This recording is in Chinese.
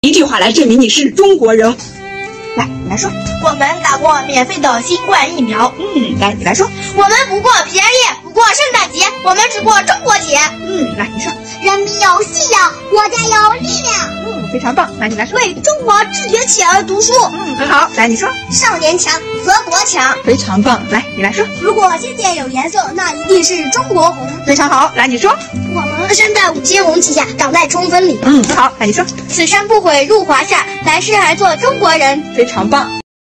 一句话来证明你是中国人。来，你来说。我们打过免费的新冠疫苗，嗯，来，你来说。我们不过平安夜，不过圣诞节，我们只过中国节。嗯，来，你说。人民有信仰，国家有力量。嗯，非常棒。来，你来说。为中国自觉起而读书，嗯，很好。来，你说。少年强，则国强。非常棒。来，你来说。如果世界有颜色，那一定是中国红。非常好。来，你说。我们生在五星红旗下，长在冲锋里。嗯，很好。来，你说。此生不悔入华夏，来世还做中国人。非常棒。